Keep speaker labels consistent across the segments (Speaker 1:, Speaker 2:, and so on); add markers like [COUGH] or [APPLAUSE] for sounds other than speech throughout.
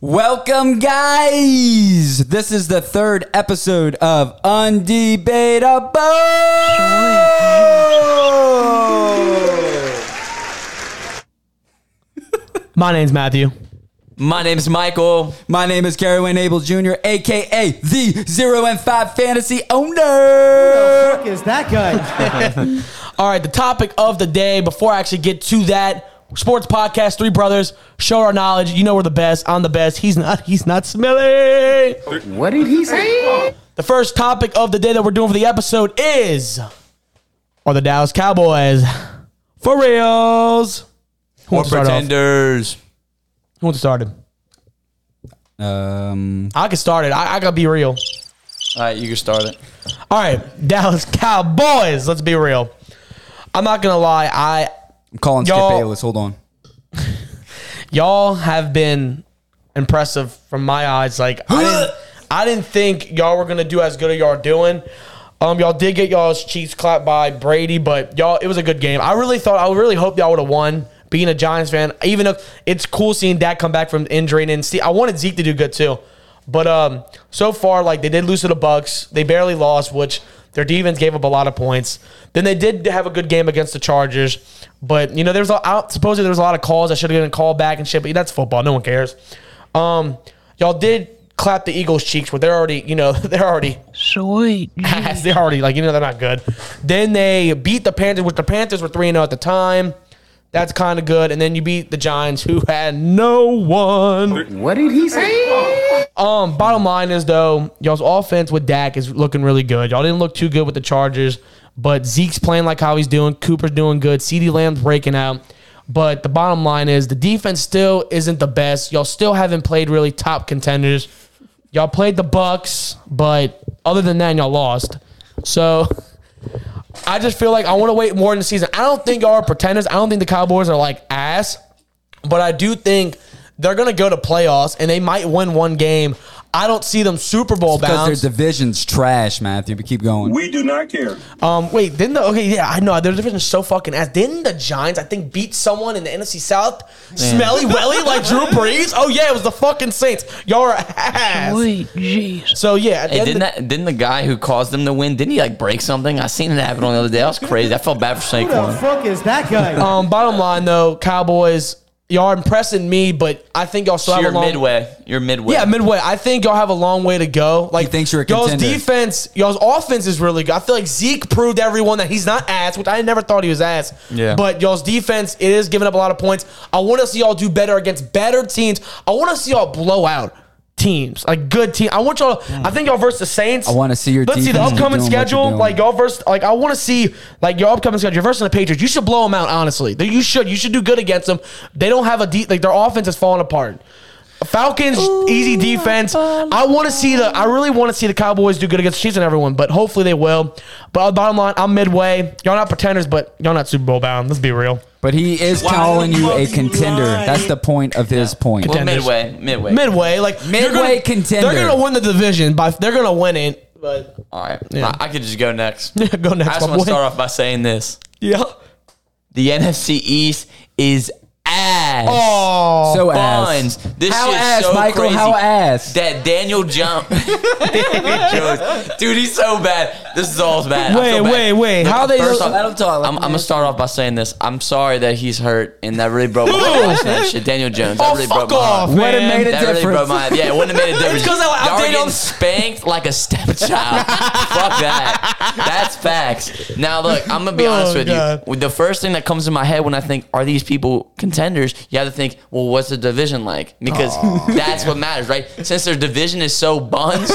Speaker 1: Welcome, guys. This is the third episode of Undebatable.
Speaker 2: My name's Matthew.
Speaker 3: My name's Michael.
Speaker 1: My name is Gary Wayne Abel Jr., aka the Zero and Five Fantasy Owner.
Speaker 2: Is that guy? [LAUGHS] All right, the topic of the day, before I actually get to that, sports podcast, three brothers, show our knowledge. You know we're the best. I'm the best. He's not, he's not smelly.
Speaker 4: What did he say?
Speaker 2: The first topic of the day that we're doing for the episode is Are the Dallas Cowboys for reals? Who wants to start off?
Speaker 3: Pretenders.
Speaker 2: Who wants to start it?
Speaker 1: Um,
Speaker 2: I can start it. I, I gotta be real.
Speaker 3: All right, you can start it.
Speaker 2: All right, [LAUGHS] Dallas Cowboys. Let's be real. I'm not gonna lie. I
Speaker 1: I'm calling Skip
Speaker 2: Y'all-
Speaker 1: Bayless. Hold on.
Speaker 2: y'all have been impressive from my eyes. Like I didn't, [LAUGHS] I didn't think y'all were gonna do as good as y'all are doing. Um, y'all did get y'all's cheeks clapped by Brady, but y'all it was a good game. I really thought I really hoped y'all would have won. Being a Giants fan, even though it's cool seeing Dak come back from injury and then see, I wanted Zeke to do good too. But um, so far, like they did lose to the Bucks, they barely lost, which their defense gave up a lot of points. Then they did have a good game against the Chargers, but you know there's a, I, supposedly there was a lot of calls that should have been called back and shit. But that's football; no one cares. Um, y'all did clap the Eagles' cheeks, but they're already you know [LAUGHS] they're already [LAUGHS] ass. They're already like you know they're not good. Then they beat the Panthers, which the Panthers were three and zero at the time. That's kind of good. And then you beat the Giants, who had no one.
Speaker 4: What did he say?
Speaker 2: Um, bottom line is though, y'all's offense with Dak is looking really good. Y'all didn't look too good with the Chargers, but Zeke's playing like how he's doing. Cooper's doing good. CeeDee Lamb's breaking out. But the bottom line is the defense still isn't the best. Y'all still haven't played really top contenders. Y'all played the Bucks, but other than that, y'all lost. So [LAUGHS] I just feel like I want to wait more in the season. I don't think y'all are pretenders. I don't think the Cowboys are like ass. But I do think they're going to go to playoffs and they might win one game. I don't see them Super Bowl bound.
Speaker 1: Because their division's trash, Matthew. But keep going.
Speaker 5: We do not care.
Speaker 2: um, wait, didn't the okay? Yeah, I know their division is so fucking ass. Didn't the Giants? I think beat someone in the NFC South, smelly welly like Drew Brees. Oh yeah, it was the fucking Saints. Y'all are ass. So yeah, at the end of
Speaker 3: Hey, didn't
Speaker 2: the-
Speaker 3: that, didn't the guy who caused them to win? Didn't he like break something? I seen it happen on the other day. That was crazy. I felt bad for Snake Corner.
Speaker 4: fuck is that guy?
Speaker 2: um, bottom line though, Cowboys, y'all are impressing me, but I think y'all still have
Speaker 3: So you're
Speaker 2: a long
Speaker 3: midway. You're midway.
Speaker 2: Yeah, midway. I think y'all have a long way to go. Like
Speaker 1: thinks you're a
Speaker 2: y'all's
Speaker 1: contender.
Speaker 2: defense, y'all's offense is really good. I feel like Zeke proved everyone that he's not ass, which I never thought he was ass.
Speaker 1: Yeah.
Speaker 2: But y'all's defense, it is giving up a lot of points. I want to see y'all do better against better teams. I want to see y'all blow out teams, like good team. I want y'all. I think y'all versus the Saints. I
Speaker 1: wanna see your
Speaker 2: Let's see the
Speaker 1: defense
Speaker 2: upcoming
Speaker 1: doing what you're
Speaker 2: schedule.
Speaker 1: doing.
Speaker 2: Like y'all versus, like I want to see like your upcoming schedule. You're versus the Patriots. You should blow them out. Honestly, you should. You should do good against them. They don't have a deep. Like their offense is falling apart. Falcons easy defense. I want to see the. I really want to see the Cowboys do good against the Chiefs and everyone, but hopefully they will. But uh, bottom line, I'm midway. Y'all not pretenders, but y'all not Super Bowl bound. Let's be real.
Speaker 1: But he is calling you a contender. That's the point of his point.
Speaker 3: Well,
Speaker 2: contenders.
Speaker 3: midway. Midway.
Speaker 2: Midway, like you're
Speaker 1: Midway
Speaker 2: gonna-
Speaker 1: contender.
Speaker 2: They're gonna win the division, but they're gonna win it. But [LAUGHS]
Speaker 3: All right. I, I could just go next.
Speaker 2: go next.
Speaker 3: I
Speaker 2: my
Speaker 3: just want to
Speaker 2: boy.
Speaker 3: start off by saying this:
Speaker 2: Yeah.
Speaker 3: the NFC East is ass.
Speaker 2: Oh.
Speaker 1: So ass.
Speaker 3: Buns. This
Speaker 1: How
Speaker 3: shit's
Speaker 1: ass,
Speaker 3: so
Speaker 1: Michael?
Speaker 3: crazy.
Speaker 1: How ass?
Speaker 3: That Daniel Jump. [LAUGHS] Daniel Jones. Dude, he's so bad. This is all's bad. I
Speaker 2: Wait,
Speaker 3: feel bad.
Speaker 2: wait, wait. How they-
Speaker 3: First off,
Speaker 1: Let him talk. Let
Speaker 3: I'm,
Speaker 1: him
Speaker 3: I'm gonna start off by saying this. I'm sorry that he's hurt, and that really broke my heart. watching That shit, Daniel Jones. That
Speaker 2: Oh,
Speaker 3: really
Speaker 2: fuck
Speaker 3: broke my heart.
Speaker 2: off,
Speaker 1: Would have
Speaker 2: man.
Speaker 1: made a
Speaker 3: That really broke
Speaker 1: difference.
Speaker 3: my yeah. It wouldn't have
Speaker 2: [LAUGHS]
Speaker 3: made a difference.
Speaker 2: 'cause I- I
Speaker 3: Y'all were
Speaker 2: did
Speaker 3: getting
Speaker 2: him-
Speaker 3: spanked like a stepchild. Fuck
Speaker 2: [LAUGHS]
Speaker 3: that. That's facts. Now look, I'm gonna be honest
Speaker 2: Oh,
Speaker 3: with
Speaker 2: God.
Speaker 3: you. The first thing that comes to my head when I think are these people contenders, you have to think, well, what's the division like? Because that's what matters, right? Since their division is so buns,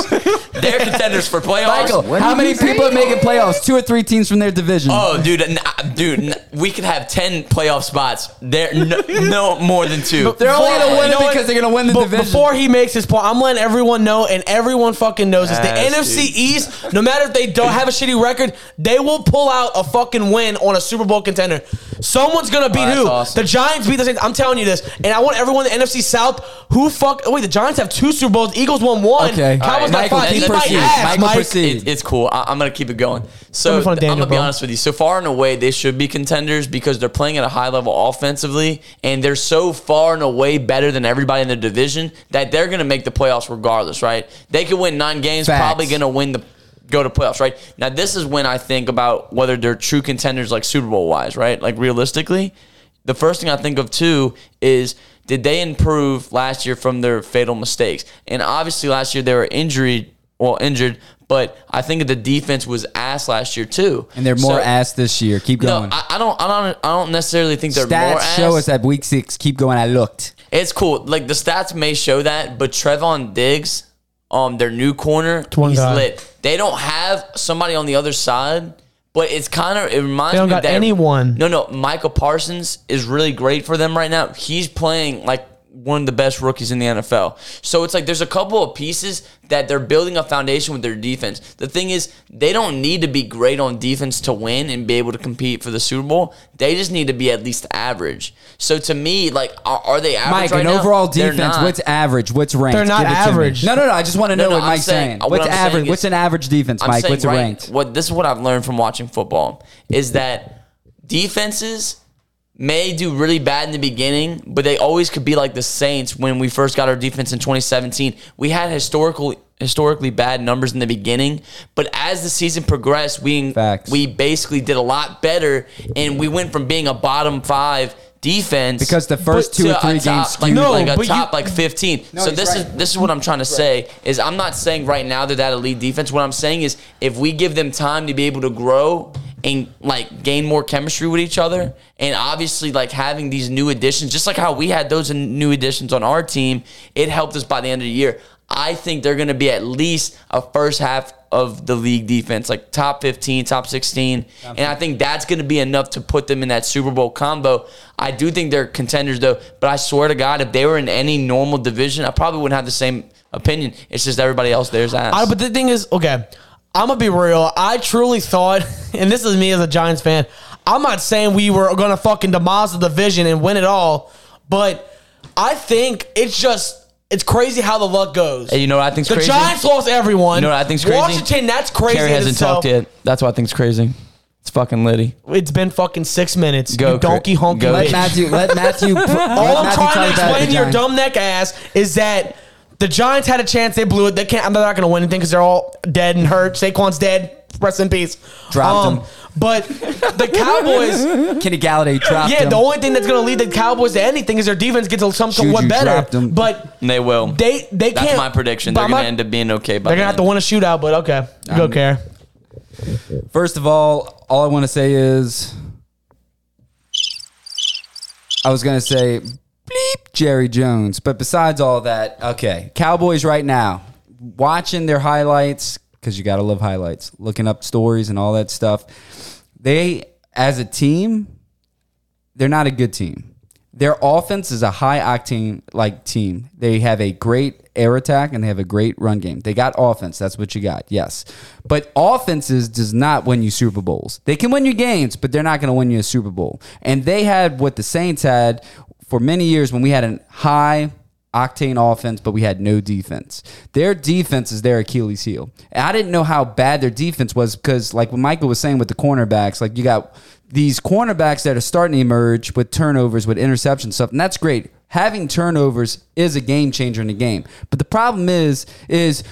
Speaker 3: they're contenders for playoffs.
Speaker 1: Michael,
Speaker 4: What
Speaker 1: how
Speaker 4: did
Speaker 1: many
Speaker 4: he say?
Speaker 1: people are making playoffs? Two or three teams from their division.
Speaker 3: Oh, dude, n- uh, dude, n- we could have ten playoff spots. There, no, no more than two.
Speaker 1: they're only gonna win
Speaker 2: You know
Speaker 1: it
Speaker 2: what?
Speaker 1: because they're gonna win the
Speaker 2: Be-
Speaker 1: division.
Speaker 2: Before he makes his point, I'm letting everyone know, and everyone fucking knows this. The
Speaker 3: Yes,
Speaker 2: NFC
Speaker 3: dude.
Speaker 2: East, no matter if they don't have a shitty record, they will pull out a fucking win on a Super Bowl contender. Someone's gonna beat
Speaker 3: that's
Speaker 2: who?
Speaker 3: awesome.
Speaker 2: The Giants beat the Saints. I'm telling you this, and I want everyone in the NFC South who fuck. Oh wait, the Giants have two Super Bowls. Eagles won one.
Speaker 1: Okay.
Speaker 2: Cowboys
Speaker 1: All right,
Speaker 2: got
Speaker 1: Michael,
Speaker 2: five.
Speaker 1: keep
Speaker 2: Eat my
Speaker 1: proceeding.
Speaker 2: ass,
Speaker 1: Michael,
Speaker 2: Mike.
Speaker 1: proceed.
Speaker 3: It- it's cool. I, am gonna keep it going. So
Speaker 2: Coming from
Speaker 3: th- I'm
Speaker 2: Daniel,
Speaker 3: gonna be
Speaker 2: bro.
Speaker 3: honest with you. So far and away, they should be contenders because they're playing at a high level offensively, and they're so far and away better than everybody in their division that they're gonna make the playoffs regardless, right? They could win nine games,
Speaker 1: Facts.
Speaker 3: probably gonna win the go to playoffs, right? Now this is when I think about whether they're true contenders, like Super Bowl wise, right? Like realistically, the first thing I think of too is did they improve last year from their fatal mistakes? And obviously last year they were injury well injured, but I think the defense was ass last year too.
Speaker 1: And they're more
Speaker 3: So-
Speaker 1: ass this year. Keep
Speaker 3: No,
Speaker 1: going.
Speaker 3: I, I don't. I don't. I don't necessarily think they're more
Speaker 1: Stats
Speaker 3: ass.
Speaker 1: show us that week six. Keep going. I looked.
Speaker 3: It's cool. Like the stats may show that, but Trevon Diggs, um, their new corner,
Speaker 2: one
Speaker 3: he's
Speaker 2: guy.
Speaker 3: lit. They don't have somebody on the other side, but it's kind of it reminds
Speaker 2: They don't
Speaker 3: me
Speaker 2: got
Speaker 3: that
Speaker 2: anyone.
Speaker 3: No, no, Michael Parsons is really great for them right now. He's playing like one of the best rookies in the NFL. So it's like there's a couple of pieces that they're building a foundation with their defense. The thing is, they don't need to be great on defense to win and be able to compete for the Super Bowl. They just need to be at least average. So to me, like, are, are they
Speaker 1: Mike,
Speaker 3: average? right
Speaker 1: an
Speaker 3: now?
Speaker 1: overall
Speaker 3: They're
Speaker 1: defense.
Speaker 3: not.
Speaker 1: What's average? What's ranked?
Speaker 2: They're not
Speaker 1: Give it to me.
Speaker 2: average.
Speaker 1: No, no, no. I just want to know
Speaker 3: no,
Speaker 1: what
Speaker 3: I'm
Speaker 1: Mike's saying.
Speaker 3: saying- what
Speaker 1: What's
Speaker 3: I'm saying
Speaker 1: average?
Speaker 3: is-
Speaker 1: what's an average defense,
Speaker 3: I'm
Speaker 1: Mike?
Speaker 3: saying,
Speaker 1: What's
Speaker 3: right,
Speaker 1: ranked?
Speaker 3: What this is what I've learned from watching football is that defenses may do really bad in the beginning, but they always could be like the Saints when we first got our defense in 2017. We had historical historically bad numbers in the beginning, but as the season progressed, we
Speaker 1: Facts.
Speaker 3: we basically did a lot better, and we went from being a bottom five defense
Speaker 1: Because the first
Speaker 3: but
Speaker 1: two or
Speaker 3: to a
Speaker 1: three
Speaker 3: top,
Speaker 1: games
Speaker 3: like,
Speaker 1: skewed.
Speaker 2: No,
Speaker 3: like a
Speaker 2: but you-
Speaker 3: top like 15. so
Speaker 1: he's
Speaker 3: this
Speaker 1: right.
Speaker 3: is this is what I'm trying to say is I'm not saying right now they're that elite defense. What I'm saying is if we give them time to be able to grow and like gain more chemistry with each other, and obviously like having these new additions, just like how we had those new additions on our team, it helped us by the end of the year. I think they're going to be at least a first half of the league defense, like top 15, top 16. And I think that's going to be enough to put them in that Super Bowl combo. I do think they're contenders, though. But I swear to God, if they were in any normal division, I probably wouldn't have the same opinion. It's just everybody else there's ass.
Speaker 2: I, but the thing is, okay, I'm gonna be real. I truly thought, [LAUGHS] and this is me as a Giants fan. I'm not saying we were gonna fucking demolish the division and win it all, but I think it's just it's crazy how the luck goes.
Speaker 3: Hey, you know what I think's
Speaker 2: the
Speaker 3: crazy?
Speaker 2: Giants lost everyone.
Speaker 3: you know what I think's crazy?
Speaker 2: Washington, that's crazy.
Speaker 3: Kerry
Speaker 2: in
Speaker 3: hasn't
Speaker 2: itself.
Speaker 3: talked yet. That's why I think's crazy. It's fucking litty.
Speaker 2: It's been fucking six minutes.
Speaker 3: Go,
Speaker 2: you donkey
Speaker 3: Chris.
Speaker 2: honky.
Speaker 3: Go.
Speaker 1: Let
Speaker 2: bitch.
Speaker 3: [LAUGHS]
Speaker 1: Matthew. Let Matthew.
Speaker 2: All I'm trying to explain to your dumb neck ass is that the Giants had a chance. They blew it. They can't. They're not going to win anything because they're all dead and hurt. Saquon's dead. Rest in peace. Um,
Speaker 1: Dropped him. [LAUGHS]
Speaker 2: But the Cowboys.
Speaker 1: Kenny Galladay dropped
Speaker 2: Yeah,
Speaker 1: him.
Speaker 2: the only thing that's going to lead the Cowboys to anything is their defense gets something
Speaker 1: Juju
Speaker 2: what
Speaker 1: dropped
Speaker 2: better.
Speaker 1: him.
Speaker 2: But
Speaker 3: And they will.
Speaker 2: they they
Speaker 3: That's
Speaker 2: can't.
Speaker 3: my prediction.
Speaker 2: but
Speaker 3: They're
Speaker 2: I'm
Speaker 3: going
Speaker 2: not-
Speaker 3: to end up being okay by
Speaker 2: They're
Speaker 3: the
Speaker 2: gonna have
Speaker 3: end.
Speaker 2: to win a shootout. But okay, you go care.
Speaker 1: First of all, all I want to say is, I was gonna say, bleep Jerry Jones. But besides all that, okay, Cowboys right now, watching their highlights because you gotta love highlights, looking up stories and all that stuff. They, as a team, they're not a good team. Their offense is a high octane like team. They have a great air attack and they have a great run game. They got offense. That's what you got. Yes. But offenses does not win you Super Bowls. They can win you games, but they're not going to win you a Super Bowl. And they had what the Saints had for many years when we had a high octane offense, but we had no defense. Their defense is their Achilles heel. And I didn't know how bad their defense was because, like what Michael was saying with the cornerbacks, like you got these cornerbacks that are starting to emerge with turnovers, with interception stuff, and that's great. Having turnovers is a game changer in the game. But the problem is, is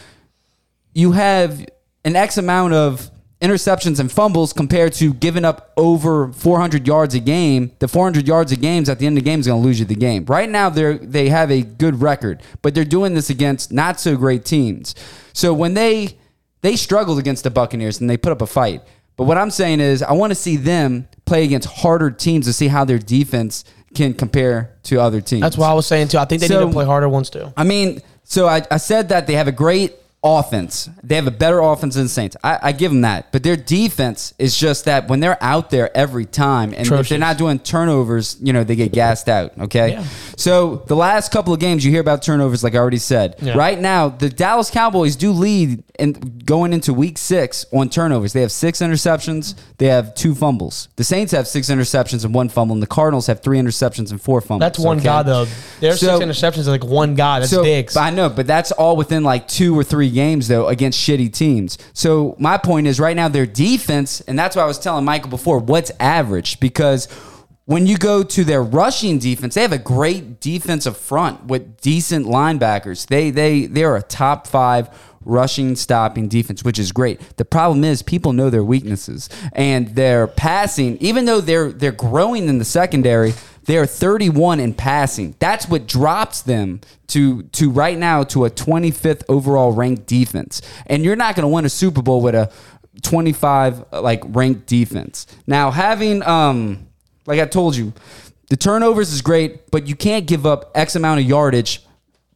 Speaker 1: you have an X amount of interceptions and fumbles compared to giving up over 400 yards a game. The 400 yards a games at the end of the game is going to lose you the game. Right now, they're they have a good record, but they're doing this against not so great teams. So when they they struggled against the Buccaneers and they put up a fight. But what I'm saying is, I want to see them play against harder teams to see how their defense can compare to other teams.
Speaker 2: That's what I was saying too. I think they
Speaker 1: So-
Speaker 2: need to play harder ones too.
Speaker 1: I mean, so I, I said that they have a great offense. They have a better offense than the Saints. I, I give them that. But their defense is just that when they're out there every time and if they're
Speaker 2: Atrocious.
Speaker 1: not doing turnovers, you know, they get gassed out. Okay.
Speaker 2: Yeah.
Speaker 1: So the last couple of games you hear about turnovers, like I already said.
Speaker 2: Yeah.
Speaker 1: Right now, the Dallas Cowboys do lead and going into week six on turnovers. They have six interceptions. They have two fumbles. The Saints have six interceptions and one fumble, and the Cardinals have three interceptions and four fumbles.
Speaker 2: That's one
Speaker 1: okay?
Speaker 2: guy though. There's
Speaker 1: So-
Speaker 2: six interceptions are like one guy. That's
Speaker 1: so,
Speaker 2: Diggs.
Speaker 1: but I know, but that's all within like two or three games though against shitty teams. So my point is right now their defense, and that's why I was telling Michael before, what's average? Because when you go to their rushing defense, they have a great defensive front with decent linebackers. They they they're a top five rushing stopping defense, which is great. The problem is people know their weaknesses and their passing, even though they're they're growing in the secondary, they're 31 in passing. That's what drops them to to right now to a 25th overall ranked defense. And you're not going to win a Super Bowl with a 25 uh, like ranked defense. Now having um like I told you, the turnovers is great, but you can't give up X amount of yardage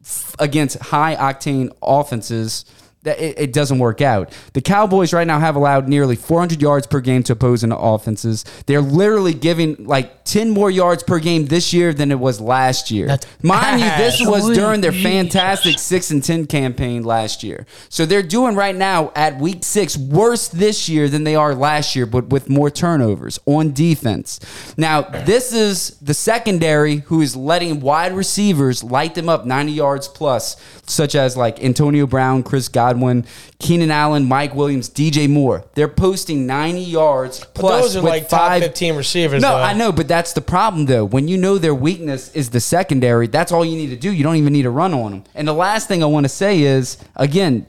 Speaker 1: f- against high octane offenses that it, it doesn't work out. The Cowboys right now have allowed nearly 400 yards per game to opposing offenses. They're literally giving like 10 more yards per game this year than it was last year.
Speaker 2: That's
Speaker 1: Mind you, this was
Speaker 2: ass.
Speaker 1: during their fantastic 6 and 10 campaign last year. So they're doing right now at week 6 worse this year than they are last year but with more turnovers on defense. Now, this is the secondary who is letting wide receivers light them up 90 yards plus such as like Antonio Brown, Chris Godwin, Keenan Allen, Mike Williams, DJ Moore. They're posting 90 yards plus
Speaker 2: those are
Speaker 1: with
Speaker 2: like top
Speaker 1: five
Speaker 2: 15 receivers.
Speaker 1: no,
Speaker 2: though.
Speaker 1: I know, but that's the problem though. When you know their weakness is the secondary, that's all you need to do. You don't even need to run on them. And the last thing I want to say is, again,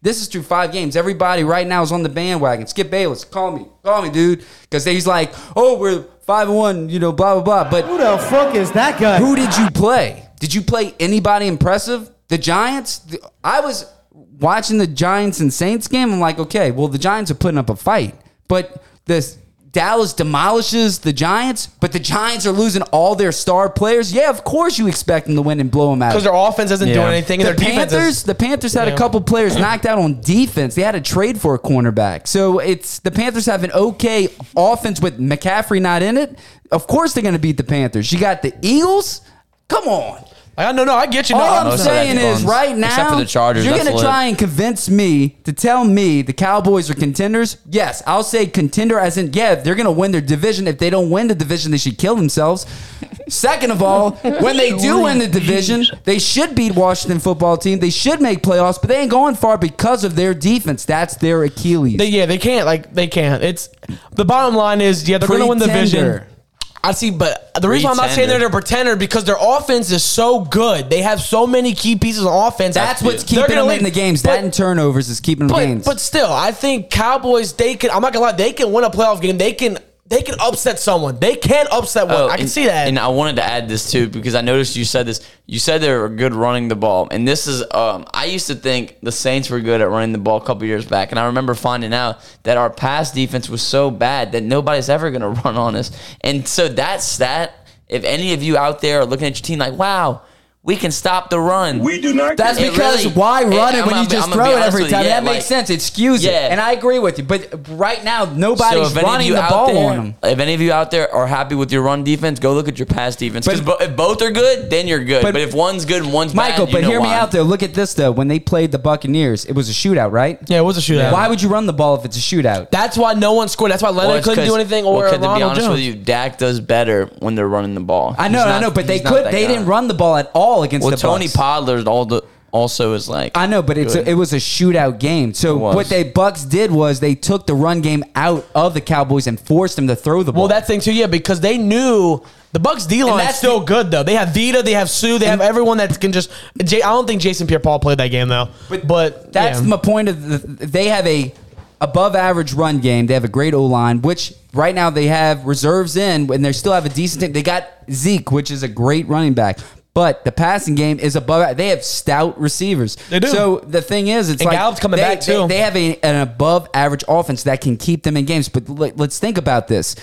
Speaker 1: this is through five games. Everybody right now is on the bandwagon. Skip Bayless, call me, call me, dude, because he's like, oh, we're five and one, you know, blah blah blah. But
Speaker 4: Who the fuck is that guy?
Speaker 1: who did you play? Did you play anybody impressive? The Giants? The- I was watching the Giants and Saints game. I'm like, okay, well, the Giants are putting up a fight, but this Dallas demolishes the Giants, but the Giants are losing all their star players. Yeah, of course you expect them to win and blow them out
Speaker 2: because their offense isn't
Speaker 1: Yeah.
Speaker 2: doing anything, and
Speaker 1: the
Speaker 2: their defense
Speaker 1: Panthers,
Speaker 2: is.
Speaker 1: the Panthers had
Speaker 2: Yeah.
Speaker 1: a couple players knocked out on defense. They had a trade for a cornerback, so it's the Panthers have an okay offense with McCaffrey not in it. Of course, they're going to beat the Panthers. You got the Eagles. Come on.
Speaker 2: I no, no, I get you. No,
Speaker 1: All
Speaker 2: I
Speaker 1: I'm
Speaker 2: know.
Speaker 3: most of
Speaker 1: saying
Speaker 3: that's
Speaker 1: is,
Speaker 3: buns.
Speaker 1: right now,
Speaker 3: Except for the Chargers,
Speaker 1: you're
Speaker 3: that's
Speaker 1: gonna
Speaker 3: lit.
Speaker 1: try and convince me to tell me the Cowboys are contenders. Yes, I'll say contender as in, yeah, they're going to win their division. If they don't win the division, they should kill themselves. Second of all, when they do win the division, they should beat Washington football team. They should make playoffs, but they ain't going far because of their defense. That's their Achilles.
Speaker 2: They- yeah, they can't. Like they can't. It's the bottom line is yeah, they're going to win the division.
Speaker 1: Pretender.
Speaker 2: I see, but the reason why I'm not saying
Speaker 3: Pretender.
Speaker 2: they're a pretender because their offense is so good. They have so many key pieces of offense.
Speaker 1: That's what's
Speaker 2: They're
Speaker 1: keeping
Speaker 2: gonna
Speaker 1: them in
Speaker 2: lead-
Speaker 1: the games.
Speaker 2: but-
Speaker 1: that and turnovers is keeping them
Speaker 2: But,
Speaker 1: games.
Speaker 2: but still, I think Cowboys. They can. I'm not gonna lie. They can win a playoff game. They can. They can upset someone. They can upset one.
Speaker 3: Oh,
Speaker 2: I can
Speaker 3: and-
Speaker 2: see that.
Speaker 3: And I wanted to add this too because I noticed you said this. You said they were good running the ball, and this is. Um, I used to think the Saints were good at running the ball a couple years back, and I remember finding out that our pass defense was so bad that nobody's ever going to [LAUGHS] run on us. And so that stat, if any of you out there are looking at your team like, wow. We can stop the run.
Speaker 5: We do not-
Speaker 1: That's
Speaker 3: It
Speaker 1: because
Speaker 3: really-
Speaker 1: why run it, when
Speaker 3: I'm gonna
Speaker 1: you
Speaker 3: be-
Speaker 1: just
Speaker 3: I'm gonna be
Speaker 1: throw it
Speaker 3: honest
Speaker 1: every
Speaker 3: with you,
Speaker 1: time?
Speaker 3: yeah,
Speaker 1: that makes
Speaker 3: like-
Speaker 1: sense. It skews
Speaker 3: Yeah.
Speaker 1: it, and I agree with you. But right now, nobody's
Speaker 3: if any of
Speaker 1: running
Speaker 3: you
Speaker 1: the
Speaker 3: out
Speaker 1: ball
Speaker 3: there,
Speaker 1: on them.
Speaker 3: If any of you out there are happy with your run defense, go look at your pass defense. Because
Speaker 1: But-
Speaker 3: bo- if both are good, then you're good.
Speaker 1: But-
Speaker 3: But, if one's good and one's
Speaker 1: Michael,
Speaker 3: bad, you
Speaker 1: but
Speaker 3: know
Speaker 1: hear me
Speaker 3: why.
Speaker 1: out though. Look at this though. When they played the Buccaneers, it was a shootout, right?
Speaker 2: yeah, it was a shootout.
Speaker 1: Why would you run the ball if it's a shootout?
Speaker 2: That's why no one scored. That's why Leonard
Speaker 3: Well, it's
Speaker 2: couldn't do
Speaker 3: 'cause-
Speaker 2: anything
Speaker 3: well,
Speaker 2: or
Speaker 3: 'cause to be
Speaker 2: Ronald
Speaker 3: honest
Speaker 2: Jones.
Speaker 3: with you, Dak does better when they're running the ball.
Speaker 1: I know,
Speaker 3: He's
Speaker 1: I
Speaker 3: not-
Speaker 1: know, but they
Speaker 3: he's not
Speaker 1: could.
Speaker 3: that
Speaker 1: They
Speaker 3: guy.
Speaker 1: didn't run the ball at all against
Speaker 3: Well,
Speaker 1: the
Speaker 3: Tony
Speaker 1: Bucs.
Speaker 3: Pollard all the, also is like.
Speaker 1: I know, but it's
Speaker 3: Good.
Speaker 1: it was a shootout game. So
Speaker 3: was.
Speaker 1: what they Bucks did was they took the run game out of the Cowboys and forced them to throw the ball.
Speaker 2: well, that's the Oh, thing too, yeah, because they knew the Bucks D line
Speaker 1: that's
Speaker 2: still
Speaker 1: the-
Speaker 2: good though. They have Vita, they have Sue, they have everyone that can just. J, I don't think Jason Pierre-Paul played that game though. But,
Speaker 1: That's
Speaker 2: yeah.
Speaker 1: my point. Of the, they have a above average run game. They have a great O line, which right now they have reserves in, and they still have a decent team. They got Zeke, which is a great running back. But the passing game is above. They have stout receivers.
Speaker 2: They do.
Speaker 1: So the thing is, it's
Speaker 2: And
Speaker 1: like
Speaker 2: Gallup's coming
Speaker 1: they-
Speaker 2: back,
Speaker 1: they-
Speaker 2: too.
Speaker 1: They, have a, an above average offense that can keep them in games. But let, let's think about this.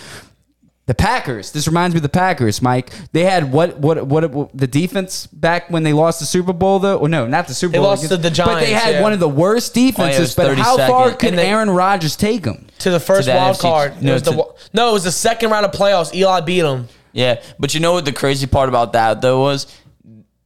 Speaker 1: The Packers. This reminds me of the Packers, Mike. They had what what what, what- the defense back when they lost the Super Bowl though? Or no, not the Super
Speaker 2: They
Speaker 1: Bowl.
Speaker 2: lost to the
Speaker 1: But they
Speaker 2: Giants,
Speaker 1: had
Speaker 2: yeah.
Speaker 1: one of the worst defenses.
Speaker 3: Oh, yeah, it
Speaker 1: but
Speaker 3: was
Speaker 1: how
Speaker 3: 32nd.
Speaker 1: far could
Speaker 2: And they-
Speaker 1: Aaron Rodgers take them?
Speaker 2: to the first
Speaker 3: that
Speaker 2: wild
Speaker 3: NFC
Speaker 2: card. No,
Speaker 3: no,
Speaker 2: it was the,
Speaker 3: to-
Speaker 2: wa- no, it was the second round of playoffs. Eli beat them.
Speaker 3: Yeah, but you know what the crazy part about that though was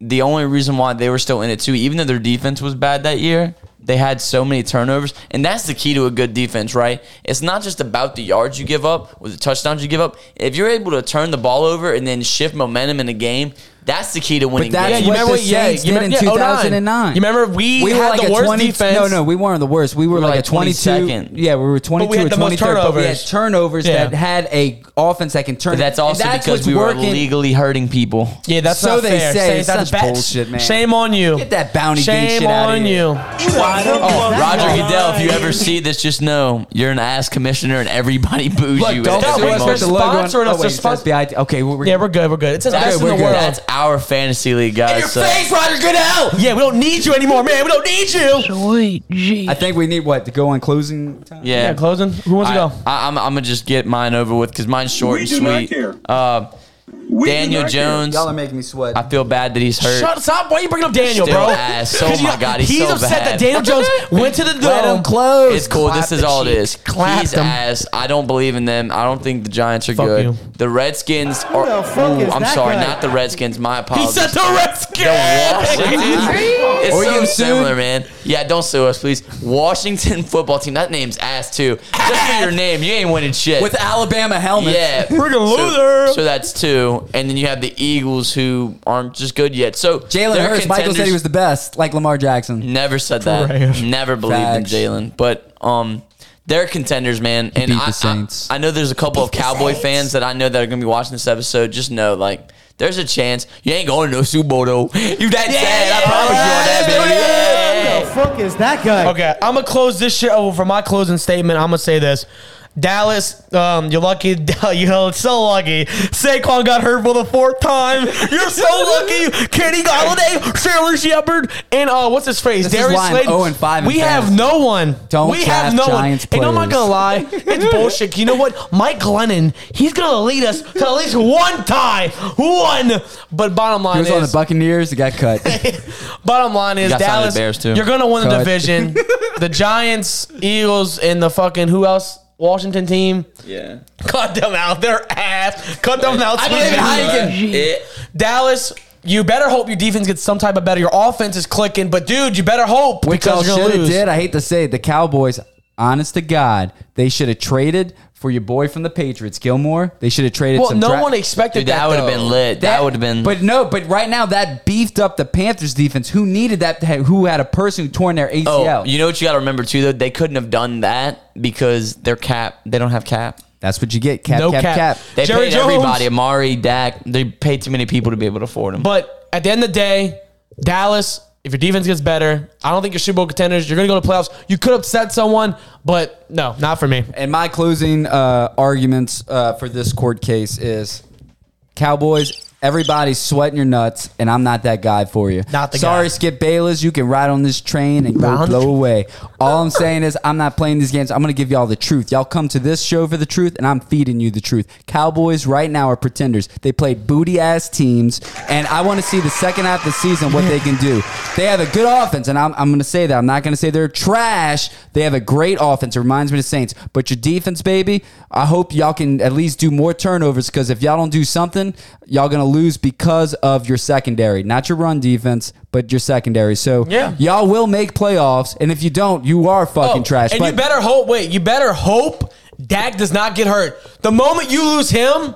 Speaker 3: the only reason why they were still in it too, even though their defense was bad that year, They had so many turnovers, and that's the key to a good defense, right? It's not just about the yards you give up or the touchdowns you give up. If you're able to turn the ball over and then shift momentum in the game, that's the key to winning
Speaker 1: that's
Speaker 2: Yeah,
Speaker 3: games.
Speaker 2: you
Speaker 1: what
Speaker 2: remember
Speaker 1: the
Speaker 2: what- yeah,
Speaker 1: Saints
Speaker 2: you
Speaker 1: did in
Speaker 2: remember- yeah, oh, 09.
Speaker 1: 2009.
Speaker 2: You remember we had the worst defense.
Speaker 1: No, no, we weren't the worst. We were,
Speaker 3: were
Speaker 1: like,
Speaker 3: like
Speaker 1: a 22.
Speaker 3: 22nd.
Speaker 1: Yeah, we were 22
Speaker 2: had
Speaker 1: or
Speaker 2: the most
Speaker 1: 23rd, but we had
Speaker 2: turnovers.
Speaker 1: turnovers
Speaker 2: Yeah.
Speaker 1: that had a offense that can turn.
Speaker 3: But that's also
Speaker 1: And that's
Speaker 3: because
Speaker 1: what's
Speaker 3: we were
Speaker 1: working.
Speaker 3: legally hurting people.
Speaker 2: Yeah, that's
Speaker 1: So
Speaker 2: not
Speaker 1: they
Speaker 2: fair.
Speaker 1: say.
Speaker 2: Saints
Speaker 1: It's
Speaker 2: had the
Speaker 1: such
Speaker 2: bats.
Speaker 1: bullshit, man.
Speaker 2: Shame on you.
Speaker 1: Get that bounty
Speaker 2: Shame
Speaker 1: gate shit out of
Speaker 2: on
Speaker 1: here.
Speaker 2: you.
Speaker 3: Oh, Roger Goodell, if you ever see this, just know you're an ass commissioner and everybody [LAUGHS] boos
Speaker 1: Look,
Speaker 3: you. at
Speaker 1: don't
Speaker 2: No,
Speaker 3: every
Speaker 1: sue
Speaker 2: wait,
Speaker 1: us
Speaker 2: they're
Speaker 1: with
Speaker 3: moment.
Speaker 1: the logo on.
Speaker 2: sponsoring us.
Speaker 1: Oh, wait,
Speaker 2: They're
Speaker 1: it says
Speaker 2: spon-
Speaker 1: BIT. Okay, we're,
Speaker 2: Yeah, we're good. We're good. It's the
Speaker 3: That's,
Speaker 2: best in the
Speaker 1: we're good.
Speaker 2: world.
Speaker 3: that's our fantasy league, guys. so-
Speaker 2: Roger Goodell. Yeah, we don't need you anymore, man. We don't need you.
Speaker 1: I think we need what to go on closing time.
Speaker 3: Yeah.
Speaker 2: Yeah, closing. Who wants
Speaker 3: I,
Speaker 2: to go?
Speaker 3: am gonna just get mine over with because mine's short and
Speaker 5: do not
Speaker 3: sweet.
Speaker 5: care.
Speaker 3: Uh,
Speaker 5: We do
Speaker 3: Daniel
Speaker 5: not care.
Speaker 3: Jones,
Speaker 1: Y'all are making me sweat.
Speaker 3: I feel bad that he's hurt.
Speaker 2: Shut stop! Why are you bringing up Daniel,
Speaker 3: Still
Speaker 2: bro?
Speaker 3: ass. Oh
Speaker 2: 'Cause you
Speaker 3: my
Speaker 2: know,
Speaker 3: God, he's so
Speaker 2: upset
Speaker 3: bad.
Speaker 2: that Daniel
Speaker 3: [LAUGHS]
Speaker 2: Jones went to the dome.
Speaker 1: close.
Speaker 3: It's cool.
Speaker 2: Clap
Speaker 3: This is
Speaker 2: the
Speaker 3: all it is.
Speaker 2: cheeks. Clap
Speaker 3: He's
Speaker 2: them.
Speaker 3: ass. I don't believe in them. I don't think the Giants are
Speaker 2: Fuck
Speaker 3: good.
Speaker 2: you.
Speaker 3: The Redskins are.
Speaker 4: the fuck
Speaker 3: Ooh,
Speaker 4: is
Speaker 3: I'm
Speaker 4: that
Speaker 3: sorry,
Speaker 4: guy?
Speaker 3: not the Redskins. My
Speaker 2: He
Speaker 3: apologies.
Speaker 2: said the [LAUGHS] Redskins.
Speaker 3: Washington. It's
Speaker 1: Or you
Speaker 3: so
Speaker 1: get sued?
Speaker 3: similar, man. Yeah, don't sue us, please. Washington [LAUGHS] football team. That name's ass too. Just for your name, you ain't winning shit.
Speaker 1: with Alabama helmet.
Speaker 3: yeah,
Speaker 2: Freaking
Speaker 3: So-
Speaker 2: loser.
Speaker 3: So, that's two, and then you have the Eagles who aren't just good yet. So
Speaker 1: Jalen
Speaker 3: they're
Speaker 1: Hurts. Michael said he
Speaker 3: contenders.
Speaker 1: was the best, like Lamar Jackson.
Speaker 3: Never said
Speaker 1: [LAUGHS]
Speaker 3: that.
Speaker 2: Trash.
Speaker 3: Never believed
Speaker 1: Facts.
Speaker 3: in Jalen. But um, they're contenders, man. And
Speaker 1: beat
Speaker 3: I,
Speaker 1: the
Speaker 3: I-
Speaker 1: Saints.
Speaker 3: I, know there's a couple of Cowboy fans that I know that are gonna be watching this episode. Just know, like, there's a chance you ain't going to no Super Bowl though. [LAUGHS] You that sad? I promise you on that, baby.
Speaker 4: Who the fuck is that guy?
Speaker 2: Okay, I'm gonna close this shit over for my closing statement. I'm gonna say this. Dallas, um, you're lucky. [LAUGHS] You're so lucky. Saquon got hurt for the fourth time.
Speaker 1: [LAUGHS]
Speaker 2: You're so lucky. Kenny Galladay, Sterling Shepard, and uh, what's his face?
Speaker 1: This is why I'm 0 and 5 in
Speaker 2: We have
Speaker 1: fantasy.
Speaker 2: no one.
Speaker 1: Don't
Speaker 2: we have
Speaker 1: draft
Speaker 2: no
Speaker 1: Giants
Speaker 2: one. And I'm not
Speaker 1: players.
Speaker 2: gonna lie, it's bullshit. You know what? Mike Glennon, he's gonna lead us to at least one tie, one. But bottom line
Speaker 1: He was
Speaker 2: is,
Speaker 1: on the Buccaneers. He
Speaker 4: [LAUGHS]
Speaker 1: got cut.
Speaker 2: [LAUGHS] Bottom line is
Speaker 3: got signed to the
Speaker 2: Dallas.
Speaker 3: Bears, too.
Speaker 2: You're gonna win the
Speaker 1: Cut.
Speaker 3: [LAUGHS]
Speaker 2: division. the Giants, Eagles, and the fucking who else? Washington team. [LAUGHS]
Speaker 3: Yeah.
Speaker 2: Cut them out. Their ass. Cut them out.
Speaker 3: I believe in Heineken. It-
Speaker 2: Dallas. You better hope your defense gets some type of better. Your offense is clicking, but dude, you better hope
Speaker 1: Which I
Speaker 2: because you're
Speaker 1: should
Speaker 2: gonna
Speaker 1: have
Speaker 2: lose.
Speaker 1: did. I hate to say it, the Cowboys. Honest to God, they should have traded for your boy from the Patriots, Gilmore. They should have traded.
Speaker 2: Well,
Speaker 1: some
Speaker 2: no
Speaker 1: dra-
Speaker 2: one expected
Speaker 3: Dude, that
Speaker 2: that
Speaker 3: would have
Speaker 2: though.
Speaker 3: been lit. That, would have been.
Speaker 1: But no, but right now that beefed up the Panthers defense, who needed that, who had a person who torn their ACL.
Speaker 3: oh, you know what you got to remember too, though. They couldn't have done that because their cap. They don't have cap.
Speaker 1: That's what you get. Cap,
Speaker 2: No
Speaker 1: cap, cap,
Speaker 2: cap.
Speaker 3: They
Speaker 2: Jerry
Speaker 3: paid
Speaker 2: Jones.
Speaker 3: everybody. Amari, Dak. They paid too many people to be able to afford them.
Speaker 2: But at the end of the day, Dallas, if your defense gets better, I don't think you're Super Bowl contenders. You're gonna go to playoffs. You could upset someone, but no, not for me.
Speaker 1: And my closing uh, arguments uh, for this court case is Cowboys, everybody's sweating your nuts, and I'm not that guy for you.
Speaker 2: Not the
Speaker 1: Sorry,
Speaker 2: guy.
Speaker 1: Skip Bayless, you can ride on this train and
Speaker 2: Ride
Speaker 1: go
Speaker 2: on
Speaker 1: blow
Speaker 2: the train.
Speaker 1: away. All I'm saying is I'm not playing these games. I'm going to give y'all the truth. Y'all come to this show for the truth, and I'm feeding you the truth. Cowboys right now are pretenders. They play booty-ass teams, and I want to see the second half of the season what they can do. They have a good offense, and I'm, I'm going to say that. I'm not going to say they're trash. They have a great offense. It reminds me of the Saints. But your defense, baby, I hope y'all can at least do more turnovers because if y'all don't do something, y'all going to lose because of your secondary. Not your run defense, but your secondary. So
Speaker 2: Yeah.
Speaker 1: y'all will make playoffs. And if you don't, you are fucking
Speaker 2: Oh,
Speaker 1: trash.
Speaker 2: And
Speaker 1: but
Speaker 2: you better hope. Wait, you better hope Dak does not get hurt. The moment you lose him,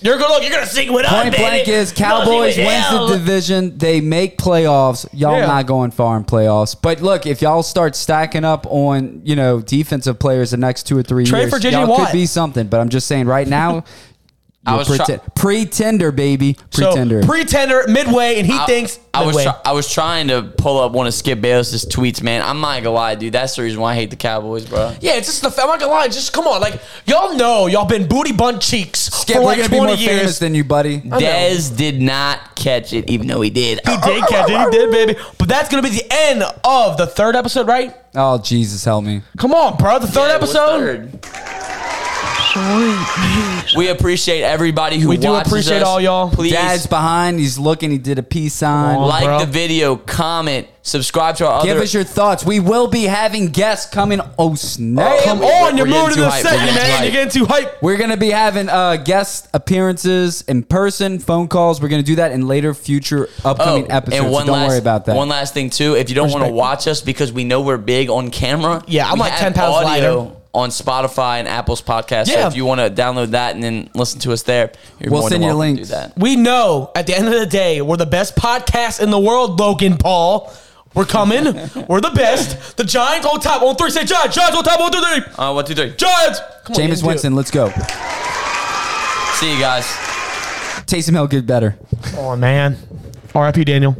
Speaker 2: you're gonna look. You're gonna sing with us.
Speaker 1: point
Speaker 2: baby.
Speaker 1: blank is
Speaker 2: You're gonna sing
Speaker 1: Cowboys
Speaker 2: with
Speaker 1: wins
Speaker 2: him.
Speaker 1: the division. They make playoffs. Y'all
Speaker 2: Yeah.
Speaker 1: not going far in playoffs. But look, if y'all start stacking up on you know defensive players the next two or three
Speaker 2: Trade
Speaker 1: years,
Speaker 2: for J.J.
Speaker 1: y'all
Speaker 2: Watt.
Speaker 1: could be something. But I'm just saying, right
Speaker 2: [LAUGHS]
Speaker 1: now. I
Speaker 3: was try-
Speaker 1: pretender, baby,
Speaker 2: So,
Speaker 1: pretender.
Speaker 2: pretender midway, and he thinks
Speaker 3: I was
Speaker 2: midway.
Speaker 3: try- I was trying to pull up one of Skip Bayless's tweets, man. I'm not gonna lie, dude. That's the reason why I hate the Cowboys, bro.
Speaker 2: yeah, it's just the. I'm not gonna lie. Just come on, like y'all know y'all been booty bunt cheeks
Speaker 1: Skip,
Speaker 2: for
Speaker 1: we're
Speaker 2: like
Speaker 1: gonna
Speaker 2: 20
Speaker 1: be more
Speaker 2: years.
Speaker 1: famous than you, buddy.
Speaker 3: Dez did not catch it, even though he did.
Speaker 2: he did catch it. He did, baby. But that's gonna be the end of the third episode, right?
Speaker 1: Oh Jesus, help me!
Speaker 2: Come on, bro. The third
Speaker 3: Yeah, what's
Speaker 2: episode.
Speaker 3: third? We appreciate everybody who
Speaker 2: We do
Speaker 3: watches
Speaker 2: appreciate
Speaker 3: us.
Speaker 2: all y'all.
Speaker 3: Please
Speaker 1: Dad's behind. He's looking. He did a peace sign.
Speaker 2: Come on.
Speaker 3: like
Speaker 2: bro.
Speaker 3: the video, comment, subscribe to our
Speaker 1: Give
Speaker 3: other.
Speaker 1: us your thoughts. We will be having guests coming. Oh snap!
Speaker 2: Come
Speaker 3: we're-
Speaker 2: on, you're
Speaker 3: we're getting
Speaker 2: moving to
Speaker 3: too
Speaker 2: the
Speaker 3: hype, we're
Speaker 2: segment,
Speaker 3: getting too
Speaker 2: man. You're
Speaker 3: hype.
Speaker 2: getting too hype.
Speaker 1: We're gonna be having uh, guest appearances in person, phone calls. We're gonna do that in later future
Speaker 3: Oh,
Speaker 1: upcoming episodes.
Speaker 3: and
Speaker 1: so
Speaker 3: one
Speaker 1: don't
Speaker 3: last,
Speaker 1: worry about that.
Speaker 3: One last thing too, if you don't want to
Speaker 2: Respect.
Speaker 3: watch us because we know we're big on camera,
Speaker 2: Yeah, I'm
Speaker 3: we
Speaker 2: like
Speaker 3: have
Speaker 2: 10 pounds
Speaker 3: audio
Speaker 2: lighter.
Speaker 3: on Spotify and Apple's podcast. So
Speaker 2: Yeah.
Speaker 3: if you want to download that and then listen to us there, you're
Speaker 1: We'll
Speaker 3: more
Speaker 1: send
Speaker 3: than
Speaker 1: you
Speaker 3: welcome to
Speaker 1: links.
Speaker 3: do that.
Speaker 2: We know at the end of the day, we're the best podcast in the world, Logan Paul. We're coming. we're the best. The Giants on top on three. Say Giants. Giants on top on three. three.
Speaker 3: Uh, one, two, three.
Speaker 2: Giants. Come on, you
Speaker 1: Jameis
Speaker 2: can do
Speaker 1: Winston, let's go.
Speaker 3: See you guys.
Speaker 1: Taysom Hill, get better.
Speaker 2: it. Come on, man. RIP Daniel.